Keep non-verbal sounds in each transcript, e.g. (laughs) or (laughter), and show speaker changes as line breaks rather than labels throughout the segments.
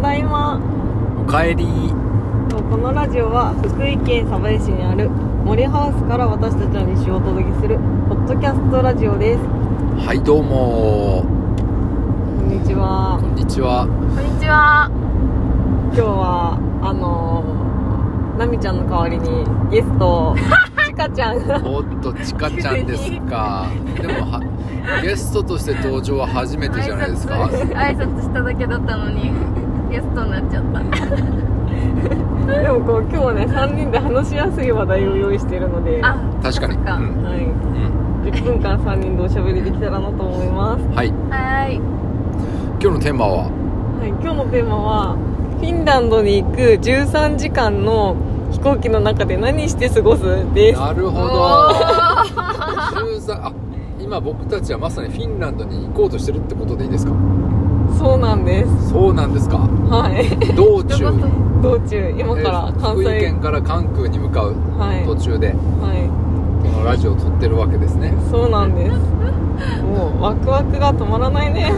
だいま
おかえり
とこのラジオは福井県鯖江市にある森ハウスから私たちの日常をお届けするポッドキャストラジオです
はいどうも
こんにちは
こんにちは
こんにちは。
今日はあのー、なみちゃんの代わりにゲストちかちゃん
(laughs)
が
おっとちかちゃんですかでもはゲストとして登場は初めてじゃないですか
挨拶しただけだったのに、ゲストになっちゃった。
でもこう今日はね3人で話しやすい話題を用意しているので、は
あ、
確かに
そっ
う
い、
んうん
10分間3人でおしゃべりできたらなと思います
はい今
はーい。
日のテーマは
はい、今日のテーマはフィンランドに行く13時間の飛行機の中で何して過ごすです
なるほど13あ今僕たちはまさにフィンランドに行こうとしてるってことでいいですか
そうなんです
そうなんですか (laughs)
はい
道中
どういうこと
道中今から
えー
関
福井
西
県から関空に向かう
はい
途中で、
は
このラジオを撮ってるわけですね
いそうなんです
(laughs)
もうワクワクが止まらないね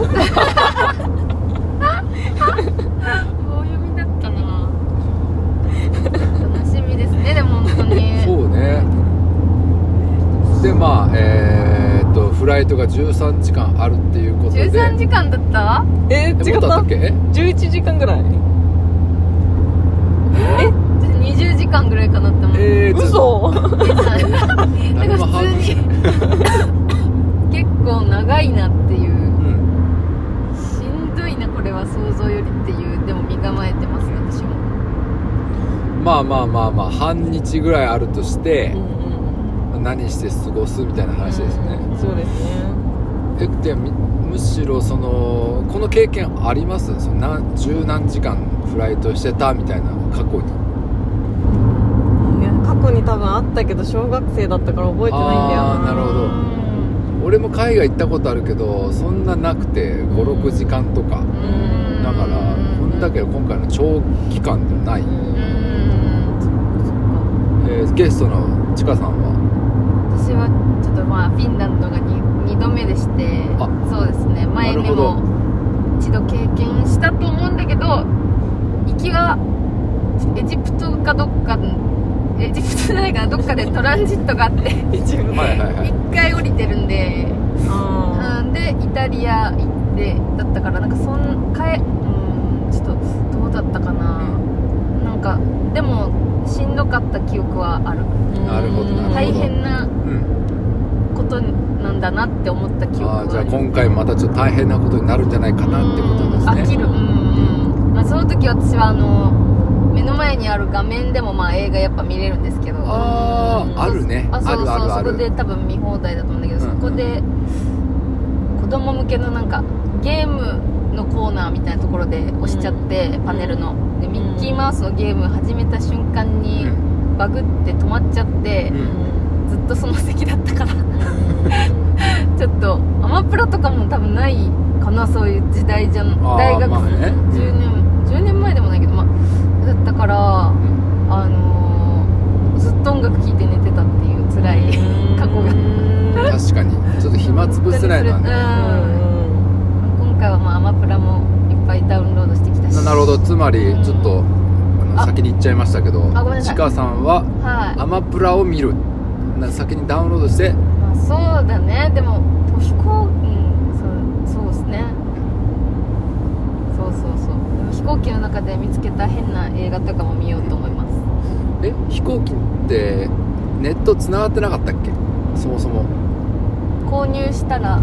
棒読みだったな。楽しみですね、でも本当に。
そうねでまあえーっとフライトが13時間あるっていうことで
13時間だった
えー、
(laughs) え
違っ
もっとあ
た
ったっけえ
11時間ぐらい
ちょっと ?20 時間ぐらいかなって思って
えーちょっと
嘘 (laughs)
た。な
何
ん
も
か普
反応し
通に、結構長いなっていう。
うん
しんどいな、これは想像よりっていう。でも身構えてます、私も。
まあまあまあまあ半日ぐらいあるとして
う、ん
何して過ごすみたいな話ですね、
うんそうですね
えでむむしろそのこの経験ありますその何十何時間フライトしてたみたいな過去に
いや過去に多分あったけど小学生だったから覚えてないんだよ
あーなるほど
うん
俺も海外行ったことあるけどそんななくて56時間とか
うん
だからこんだけ今回の長期間ではない、
うーんそっか
えーゲストのちかさんは
私はちょっとまあフィンランドが 2, 度目でして
あ
そうですね前
な
に
るほど
も一度経験したと思うんだけど行きがエジプトかどっかエジプトじゃないかなどっかでトランジットがあって
(laughs)
一部
はいはいはい
1回降りてるんで、
あ
うん、でイタリア行ってだったからなんかそんかえうんちょっとどうだったかななんかでもしんどかった記憶はある
ー
なるほどなるほど
大変な
うん
ことなんだなって思った記憶
あ
が
ーじゃあ今回またちょっと大変なことになるんじゃないかなってことですね
飽きるうんうん、まあ、その時私はあの目の前にある画面でもまあ映画やっぱ見れるんですけど
あー
うん
あるね
あそうそ
あ
う
るあるある
そこで多分見放題だと思うんだけど、
うんうん
そこで子供向けのなんかゲームのコーナーみたいなところで押しちゃって、
うん
パネルので
ん
ミッキーマウスのゲーム始めた瞬間
う
に
ん
バグって止まっちゃって
う、
うんん
ずっとその席だったから (laughs)
うん
ちょっとアマプラとかも多分ないかなそういう時代じゃん
あー
大学、
まあね
10年10年前でもないけどまあだったからあのーずっと音楽聴いて寝てたっていう辛い過去が
が
確かにちょっと暇つぶせないのはね
うん
今回はまあアマプラもいっぱいダウンロードしてきたし
ななるほどつまりちょっとあの
あ
先に行っちゃいましたけど
あごめんなさ
ち
い
かさんは
はい
アマプラを見るな先にダウンロードして
まあ、そうだねでもでも飛行うんそうそうですねそうそうそうでも飛行機の中で見つけた変な映画とかも見ようと思います
え飛行機ってネット繋がってなかったっけそもそも
購入したらい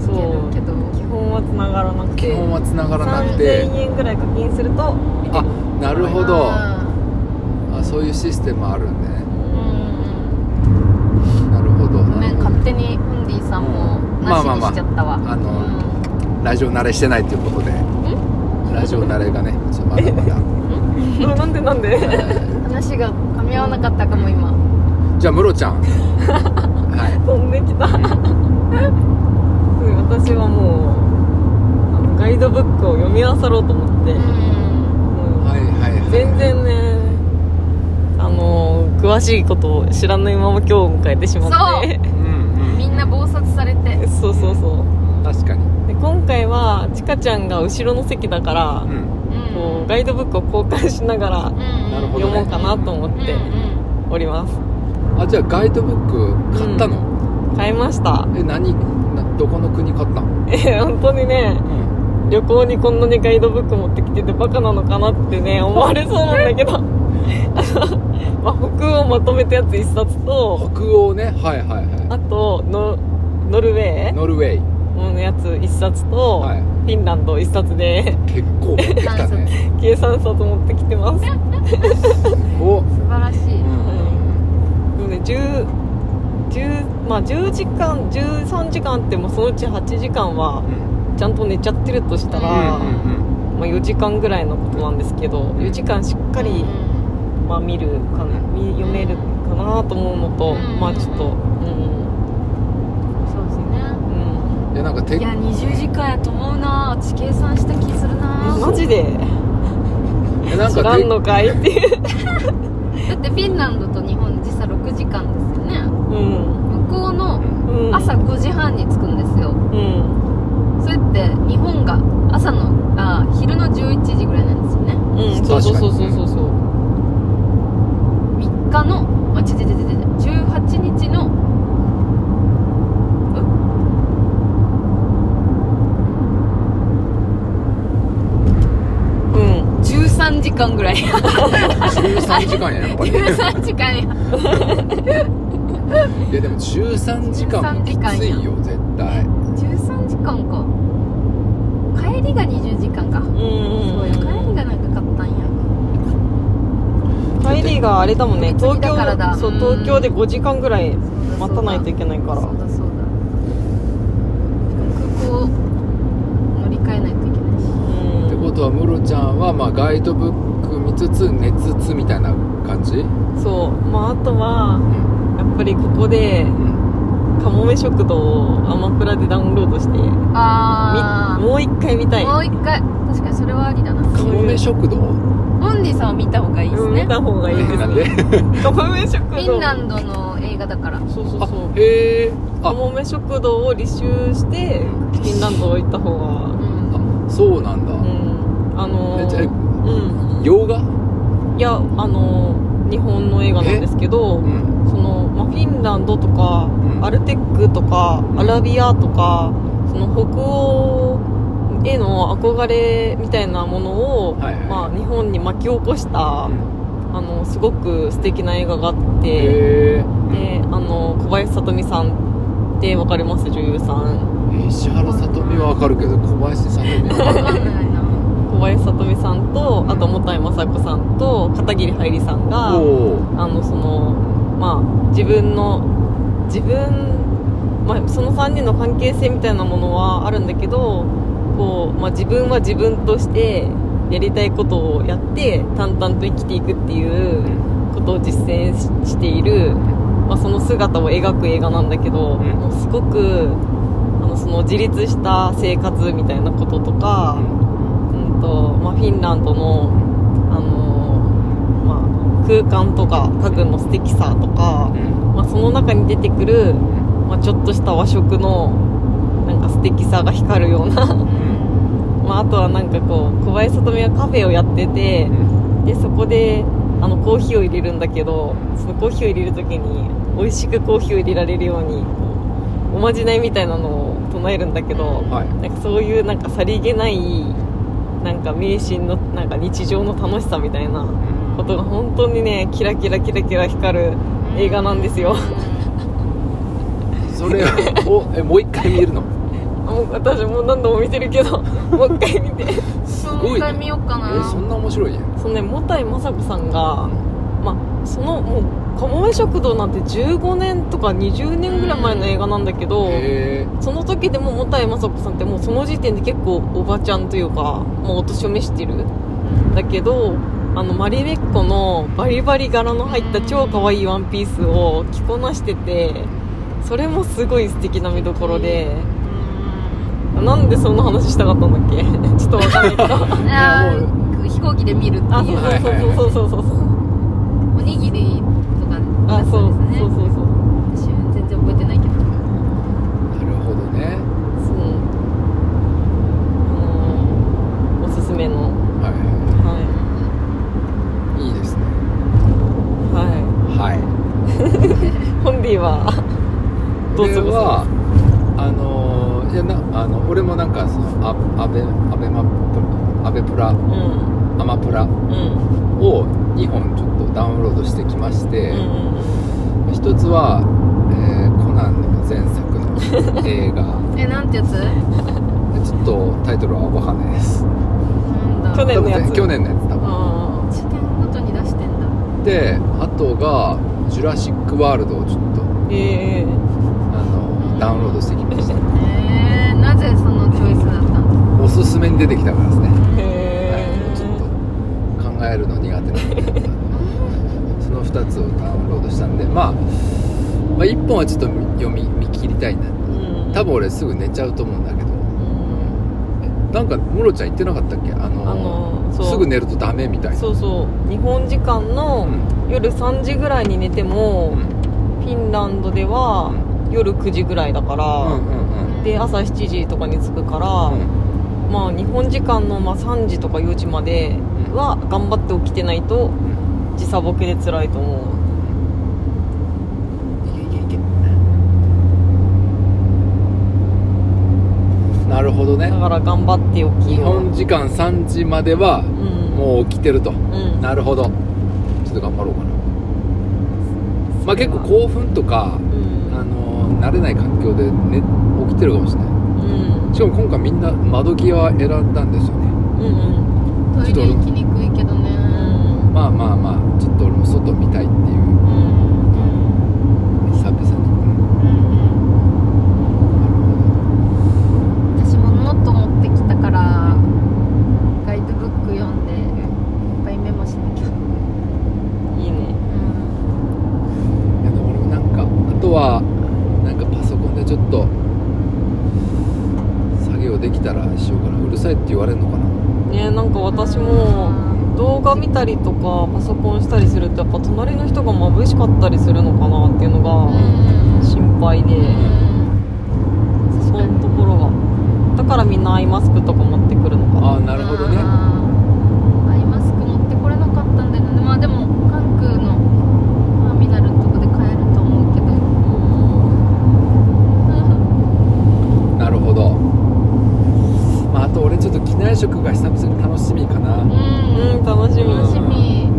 そ
ける
う
けど
基本は繋がらなく
基
て
本は繋がらなくて
3000円ぐらい課金すると
あなるほど
う
あそういうシステムあるんでね
んうん
なるほど
ごめん勝手にフンディさんもなしにしちゃったわ、
まあまあまああ
うん
ラジオ慣れしてないということでラジオ慣れがねちょっとまだまだ、
(laughs) なんでなんで
えー
話が噛み合わなかったかも今
じゃあムロちゃんは
飛んできたすごい私はもうあのガイドブックを読み漁ろうと思って、
う
い
ん
もう
はいはいはい
全然ねあの詳しいことを知らないまま今日を迎えてしまって
うん
みんな暴殺されて
(laughs) そうそうそう
うん確かに
で今回はちかちゃんが後ろの席だから
うん
うん
こうガイドブックを交換しながら
なるほ
読
どね
もうかなと思って
うん
おります
あじゃあガイドブック買ったの、
買いました (laughs)
え何などこの国買ったの、
え本当にね
うん、
旅行にこんなにガイドブック持ってきててバカなのかなって
(laughs)
ね思われそうなんだけど (laughs) あの、まあ、北欧をまとめたやつ1冊と
北欧ねはいはいは
あとのノルウェ
い
ー
ノルウェー
のやつ1冊と、
はい
フィンランド1冊で (laughs)
結構買ってきたね
計3冊持ってきてますな
おう
素晴らしい、
ん
ので10 10まあ、10時間13時間あってもそのうち8時間は
うん
ちゃんと寝ちゃってるとしたら、
うんうん
まあ、4時間ぐらいのことなんですけど4時間しっかり
うん
まあ、見るかな見読めるかなと思うのと、
うん
まあちょっとうん
そうですね
うん
いやなんかて
いや20時間やと思うな私計算した気するな
マジで
えなん
知
からて
んのかいっていう、
だってフィンランドと日本時差6時間ですよね
うん
向こうの
うん、
朝5時半に着くんですよ
うん
それって日本が朝のあ昼の11時ぐらいなんですよね
うんそうそうそうそうそうそう
3日のあちちちちち18日の
うん
13時間ぐらい
13時間ややっぱり
13時間や
いやでも13時間もきついよ絶対
13時間か帰りが20時間か
うん
そうや帰りが長かったんや
帰りがあれだもんね
飛び
東
継ぎだからだ
京そう
うん
東京で5時間ぐらい待
待
たないとい
け
けないから
そうだそうだ空港乗り換えないといけないし
うん
ってことはムロちゃんはまあガイドブック見つつ寝つつみたいな感じ
そうまああとは
うん
やっぱりここで
うん
かもめ食堂をアマプラでダウンロードしてみ
ああ
もう一回見たい
もう一回確かにそれはありだな
かもめ食堂
オンリーさんは見た方がいいです
うん
ね
見た方がいいです
なんで
かもめ食
フ
堂
ィンランドの映画だから
そうそう
あ
そう
へえ
カモメ食堂を履修してフィンランド行った方
う
が
ん
あそうなんだ
うんあの
えじゃ
ー、
あ
う
洋画
んいやあのー、日本の映画なんですけど
うん
その、まあ、フィンランドとか、
うん
アルテックとかアラビアとかその北欧への憧れみたいなものを、
はいはい
まあ、日本に巻き起こした、あのすごく素敵な映画があって、
へえ
であの小林聡美さんって分かります女優さん
石原さとみはわかるけど小林さとみはわ
分
か
(laughs) かんないな
小林聡美さんとあと元井雅子さんと片桐はいりさんが
らんおー
あのそのまあ自分の自分、まあ、その3人の関係性みたいなものはあるんだけどこう、まあ、自分は自分としてやりたいことをやって淡々と生きていくっていうことを実践ししている、まあ、その姿を描く映画なんだけど、
ん
もうすごくあのその自立した生活みたいなこととか。うんとまあ、フィンランドの、あのーまあ、空間とか家具の素敵さとか、まあ、その中に出てくる、まあ、ちょっとした和食のなんか素敵さが光るような、 (laughs) まあ、あとはなんかこう小林聡美がカフェをやっててでそこであのコーヒーを入れるんだけどそのコーヒーを入れる時に美味しくコーヒーを入れられるようにこうおまじないみたいなのを唱えるんだけど。
はい
なんかそういうなんかさりげないなんか迷信のなんか日常の楽しさみたいなことが本当にねキラキラキラキラ光る映画なんですよ
それ
(laughs)
をえもう一回見えるの
もう私もう何度も見てるけどもう一回見て
す
ごいね
もう一回見ようかな
えそんな面白いね
そのねもたいまさこさんがまあそのもう「かもめ食堂」なんて15年とか20年ぐらい前の映画なんだけど、
へえ
その時でももたいまさこさんってもうその時点で結構おばちゃんというかもうお年を召してるだけどあのマリメッコのバリバリ柄の入った超可愛いワンピースを着こなしててそれもすごい素敵な見どころで
うん
なんでそんな話したかったんだっけ (laughs) ちょっとわかんないけど
いやー飛行機で見るって
あ
いう
そうそうそうそうそうそう
おにぎりとかだ
あ
った
そうん
ですね
そうそうそう
私全然覚えてないけど
なるほどね
そうあのーおすすめの
はい
はどう
俺
過ごす
はあのいやなあの俺もなんかそのアアベアベマプアベプラ
うんうん
アマプラ
うん
を2本ちょっとダウンロードしてきまして、
うん
一つは、えーコナンの前作の映画
えなんてやつな
でちょっとタイトルはわかんないです
んだ
去年のやつ
多分去年のやつ多分
あ
地点ごとに出してんだ
であとが「ジュラシック・ワールド」をちょっ
ー
と
ええ
あのダウンロードしてきました
えー、なぜそのチョイスだったの
おすすめに出てきたからですね、
へ
は
ー
い、ちょっと考えるの苦手なんで (laughs) その2つをダウンロードしたんで、まあ、まあ1本はちょっと見読み見切りたいな
うん
多分俺すぐ寝ちゃうと思うんだけど
うん
なんかムロちゃん言ってなかったっけあの
あのそう
すぐ寝るとダメみたいな
そうそう日本時間
う
の
ん
夜3時ぐらいに寝ても、
うん
フィンランドでは夜9時ぐらいだか
うんう
ら、
ん
で朝7時とかに着くから、まあ日本時間のまあ3時とか4時までは頑張って起きてないと
うん
時差ボケで辛いと思
いけいけいけなるほど
う
ね
だから頑張って起き
日
よう
本時間3時までは
うん
もう起きてると
うん
なるほどちょっと頑張ろうかなまあ結構興奮とか
う
あ
ん
の慣れない環境で、ね、起きてるかもしれな
うん
いしかも今回みんな窓際選んだんですよね
うんうん
トイレ行きにくいけどね
うん
まあまあまあちょっと俺も外見たいっていう
うんうん
久々に、
うん私もノート持ってきたからガイドブック読んでいっぱいメモしなきゃ
いいね
うん
うんいやでも俺もなんかあとはなんかパソコンでちょっと作業できたらしようかなうるさいって言われるのかな
ねなんか私も動画見たりとかパソコンしたりするとやっぱ隣の人が眩しかったりするのかなっていうの
うん
が心配で、
うん
そこのところがだからみんなアイマスクとか持ってくるのか
あ
な
あなるほどね
あーアイマスク持ってこれなかったんだよねまあでも関空のターミナルのとこで買えると思うけどうん
なるほどまああと俺ちょっと機内食が久々に楽しみかな
うん楽しみ
楽しみ
フ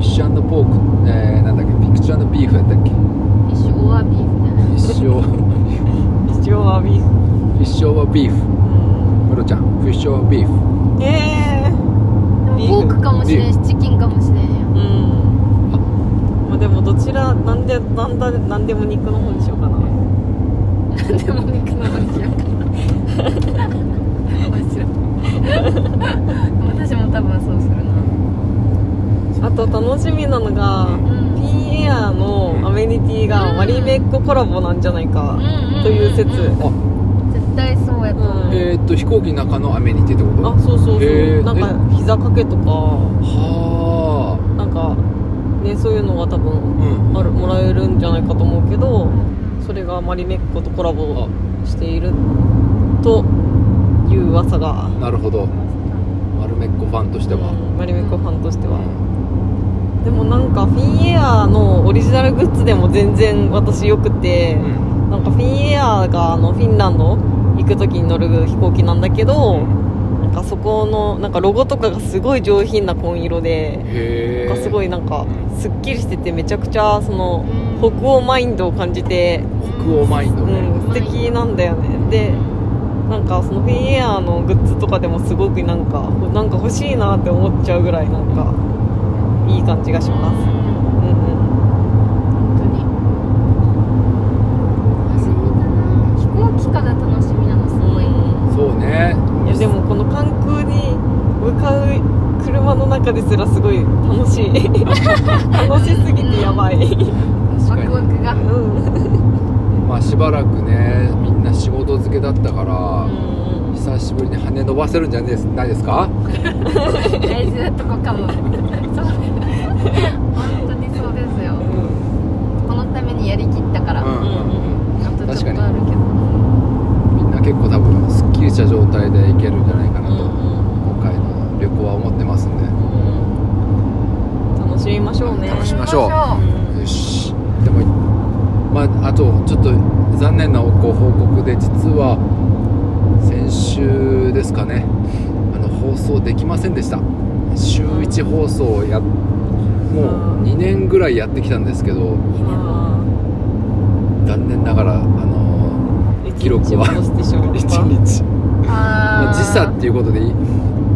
ィッシュポーク、えー、なんだっけピクチャービーフやったっ
(laughs)
けフ
一種オアビーフじゃない
ィッシュオフ
一応はビーフ、
ィッシュオアビーフ
う
ムロちゃんフィッシュオアビーフ
ん、ええ
でもポークかもしれんしチキンかもしれんよ
うんまあでもどちらなんでなんだなんでも肉の方にしようかな
何でも肉の話やから (laughs) 面白い私も多分そうするな
あと楽しみなのが
うん
ピンエアのアメニティがマリメッココラボなんじゃないかという説、
うんうんうん
あ
絶対そうやと思う、
うん
えー、っと飛行機の中のアメニティってこと
あそうそうそう、
へー
なんか膝掛けとか
は
なんかねそういうのが多
あ
分
うん
あるもらえるんじゃないかと思うけどそれがマリメッコとコラボしているという噂が、
なるほどマルメッコファンとしては、
うんマリメッコファンとしては、でもなんかフィンエアのオリジナルグッズでも全然私よくて、
うん
なんかフィンエアがあのフィンランド行く時に乗る飛行機なんだけど、なんかそこのなんかロゴとかがすごい上品な紺色で、
へ
なんか
え
すごいなんかすっきりしててめちゃくちゃその
うん
北欧マインドを感じて、
北欧マインド
う
ね、
ん、素敵なんだよねでなんかそのフィンエアのグッズとかでもすごくなんかなんか欲しいなって思っちゃうぐらいなんかいい感じがします、
本
うんうん、
当に遊びだな飛行機から楽しみなのすごい、
そうね
いやでもこの関空に向かう車の中ですらすごい楽しい楽しすぎてやばい、う
ワクワクがうん
ん、
まあしばらくねみんな仕事漬けだったから、
うん
久しぶりに羽伸ばせるんじゃないですないですか
大事なとこかもそう (laughs) 本当にそうですよこのためにやりきったから、あ
うんうん
とちょっとあるけど
みんな結構多分すっきりした状態で行けるんじゃないかな
う
と、
ん
今回の旅行は思ってますんで、
うん楽しみましょうね
楽しみましょう
行きましょう
よしでもまあ、あとちょっと残念なご報告で実は先週ですかねあの放送できませんでした週1放送をやもう2年ぐらいやってきたんですけど残念ながらあの記録
一
は
日落としてしま
1
った
日ま
あ
あ時差っていうことでいい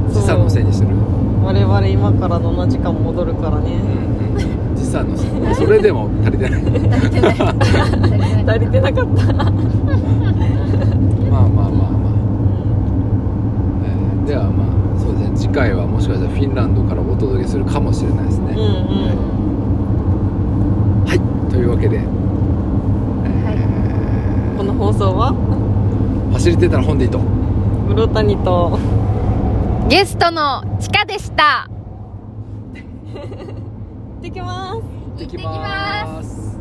時差のせいにしてる
我々今から7時間戻るからね
うんうん時差のせいまあそれでも足りてない
足りてない
足りてなかった
まあまあまあまあえーではまあそうですね次回はもしかしたらフィンランドからお届けするかもしれないですね、
うんうん
はいというわけで、えー
この放送は
走りてたら本でいいと
室谷と
ゲストのチカでした
行ってきます
行って
きます
す